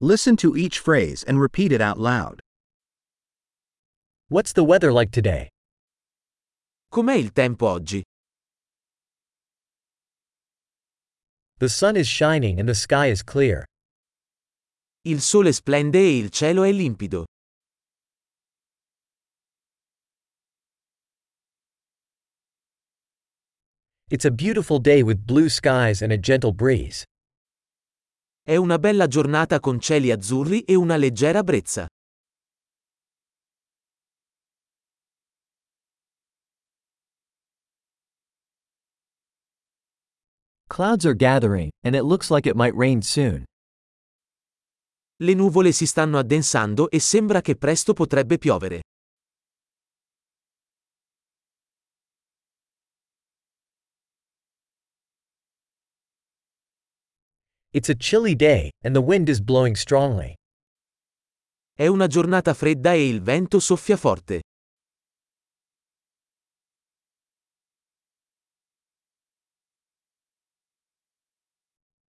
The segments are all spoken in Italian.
Listen to each phrase and repeat it out loud. What's the weather like today? Com'è il tempo oggi? The sun is shining and the sky is clear. Il sole splende e il cielo è limpido. It's a beautiful day with blue skies and a gentle breeze. È una bella giornata con cieli azzurri e una leggera brezza. Clouds are gathering, and it looks like it might rain soon. Le nuvole si stanno addensando e sembra che presto potrebbe piovere. It's a chilly day, and the wind is blowing strongly. È una giornata fredda e il vento soffia forte.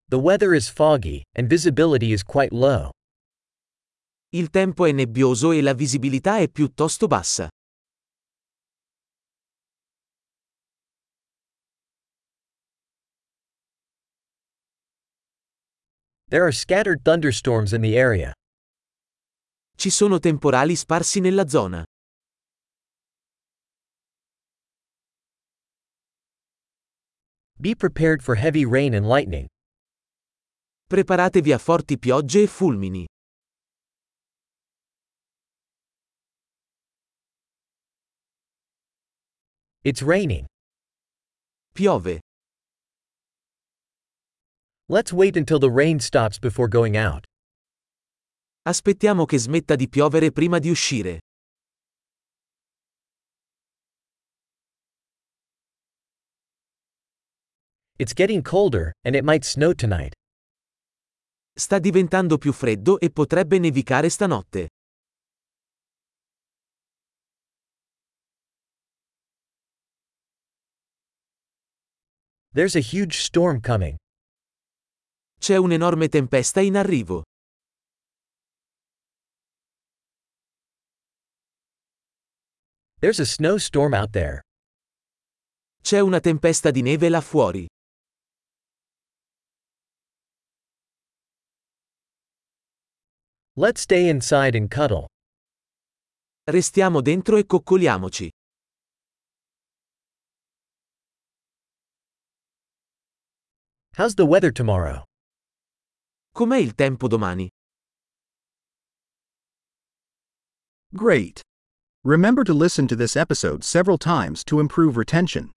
The weather is foggy, and visibility is quite low. Il tempo è nebbioso e la visibilità è piuttosto bassa. There are scattered thunderstorms in the area. Ci sono temporali sparsi nella zona. Be prepared for heavy rain and lightning. Preparatevi a forti piogge e fulmini. It's raining. Piove. Let's wait until the rain stops before going out. Aspettiamo che smetta di piovere prima di uscire. It's getting colder, and it might snow tonight. Sta diventando più freddo e potrebbe nevicare stanotte. There's a huge storm coming. C'è un'enorme tempesta in arrivo. There's a snowstorm out there. C'è una tempesta di neve là fuori. Let's stay inside and cuddle. Restiamo dentro e coccoliamoci. How's the weather tomorrow? Com'è il tempo domani? Great! Remember to listen to this episode several times to improve retention.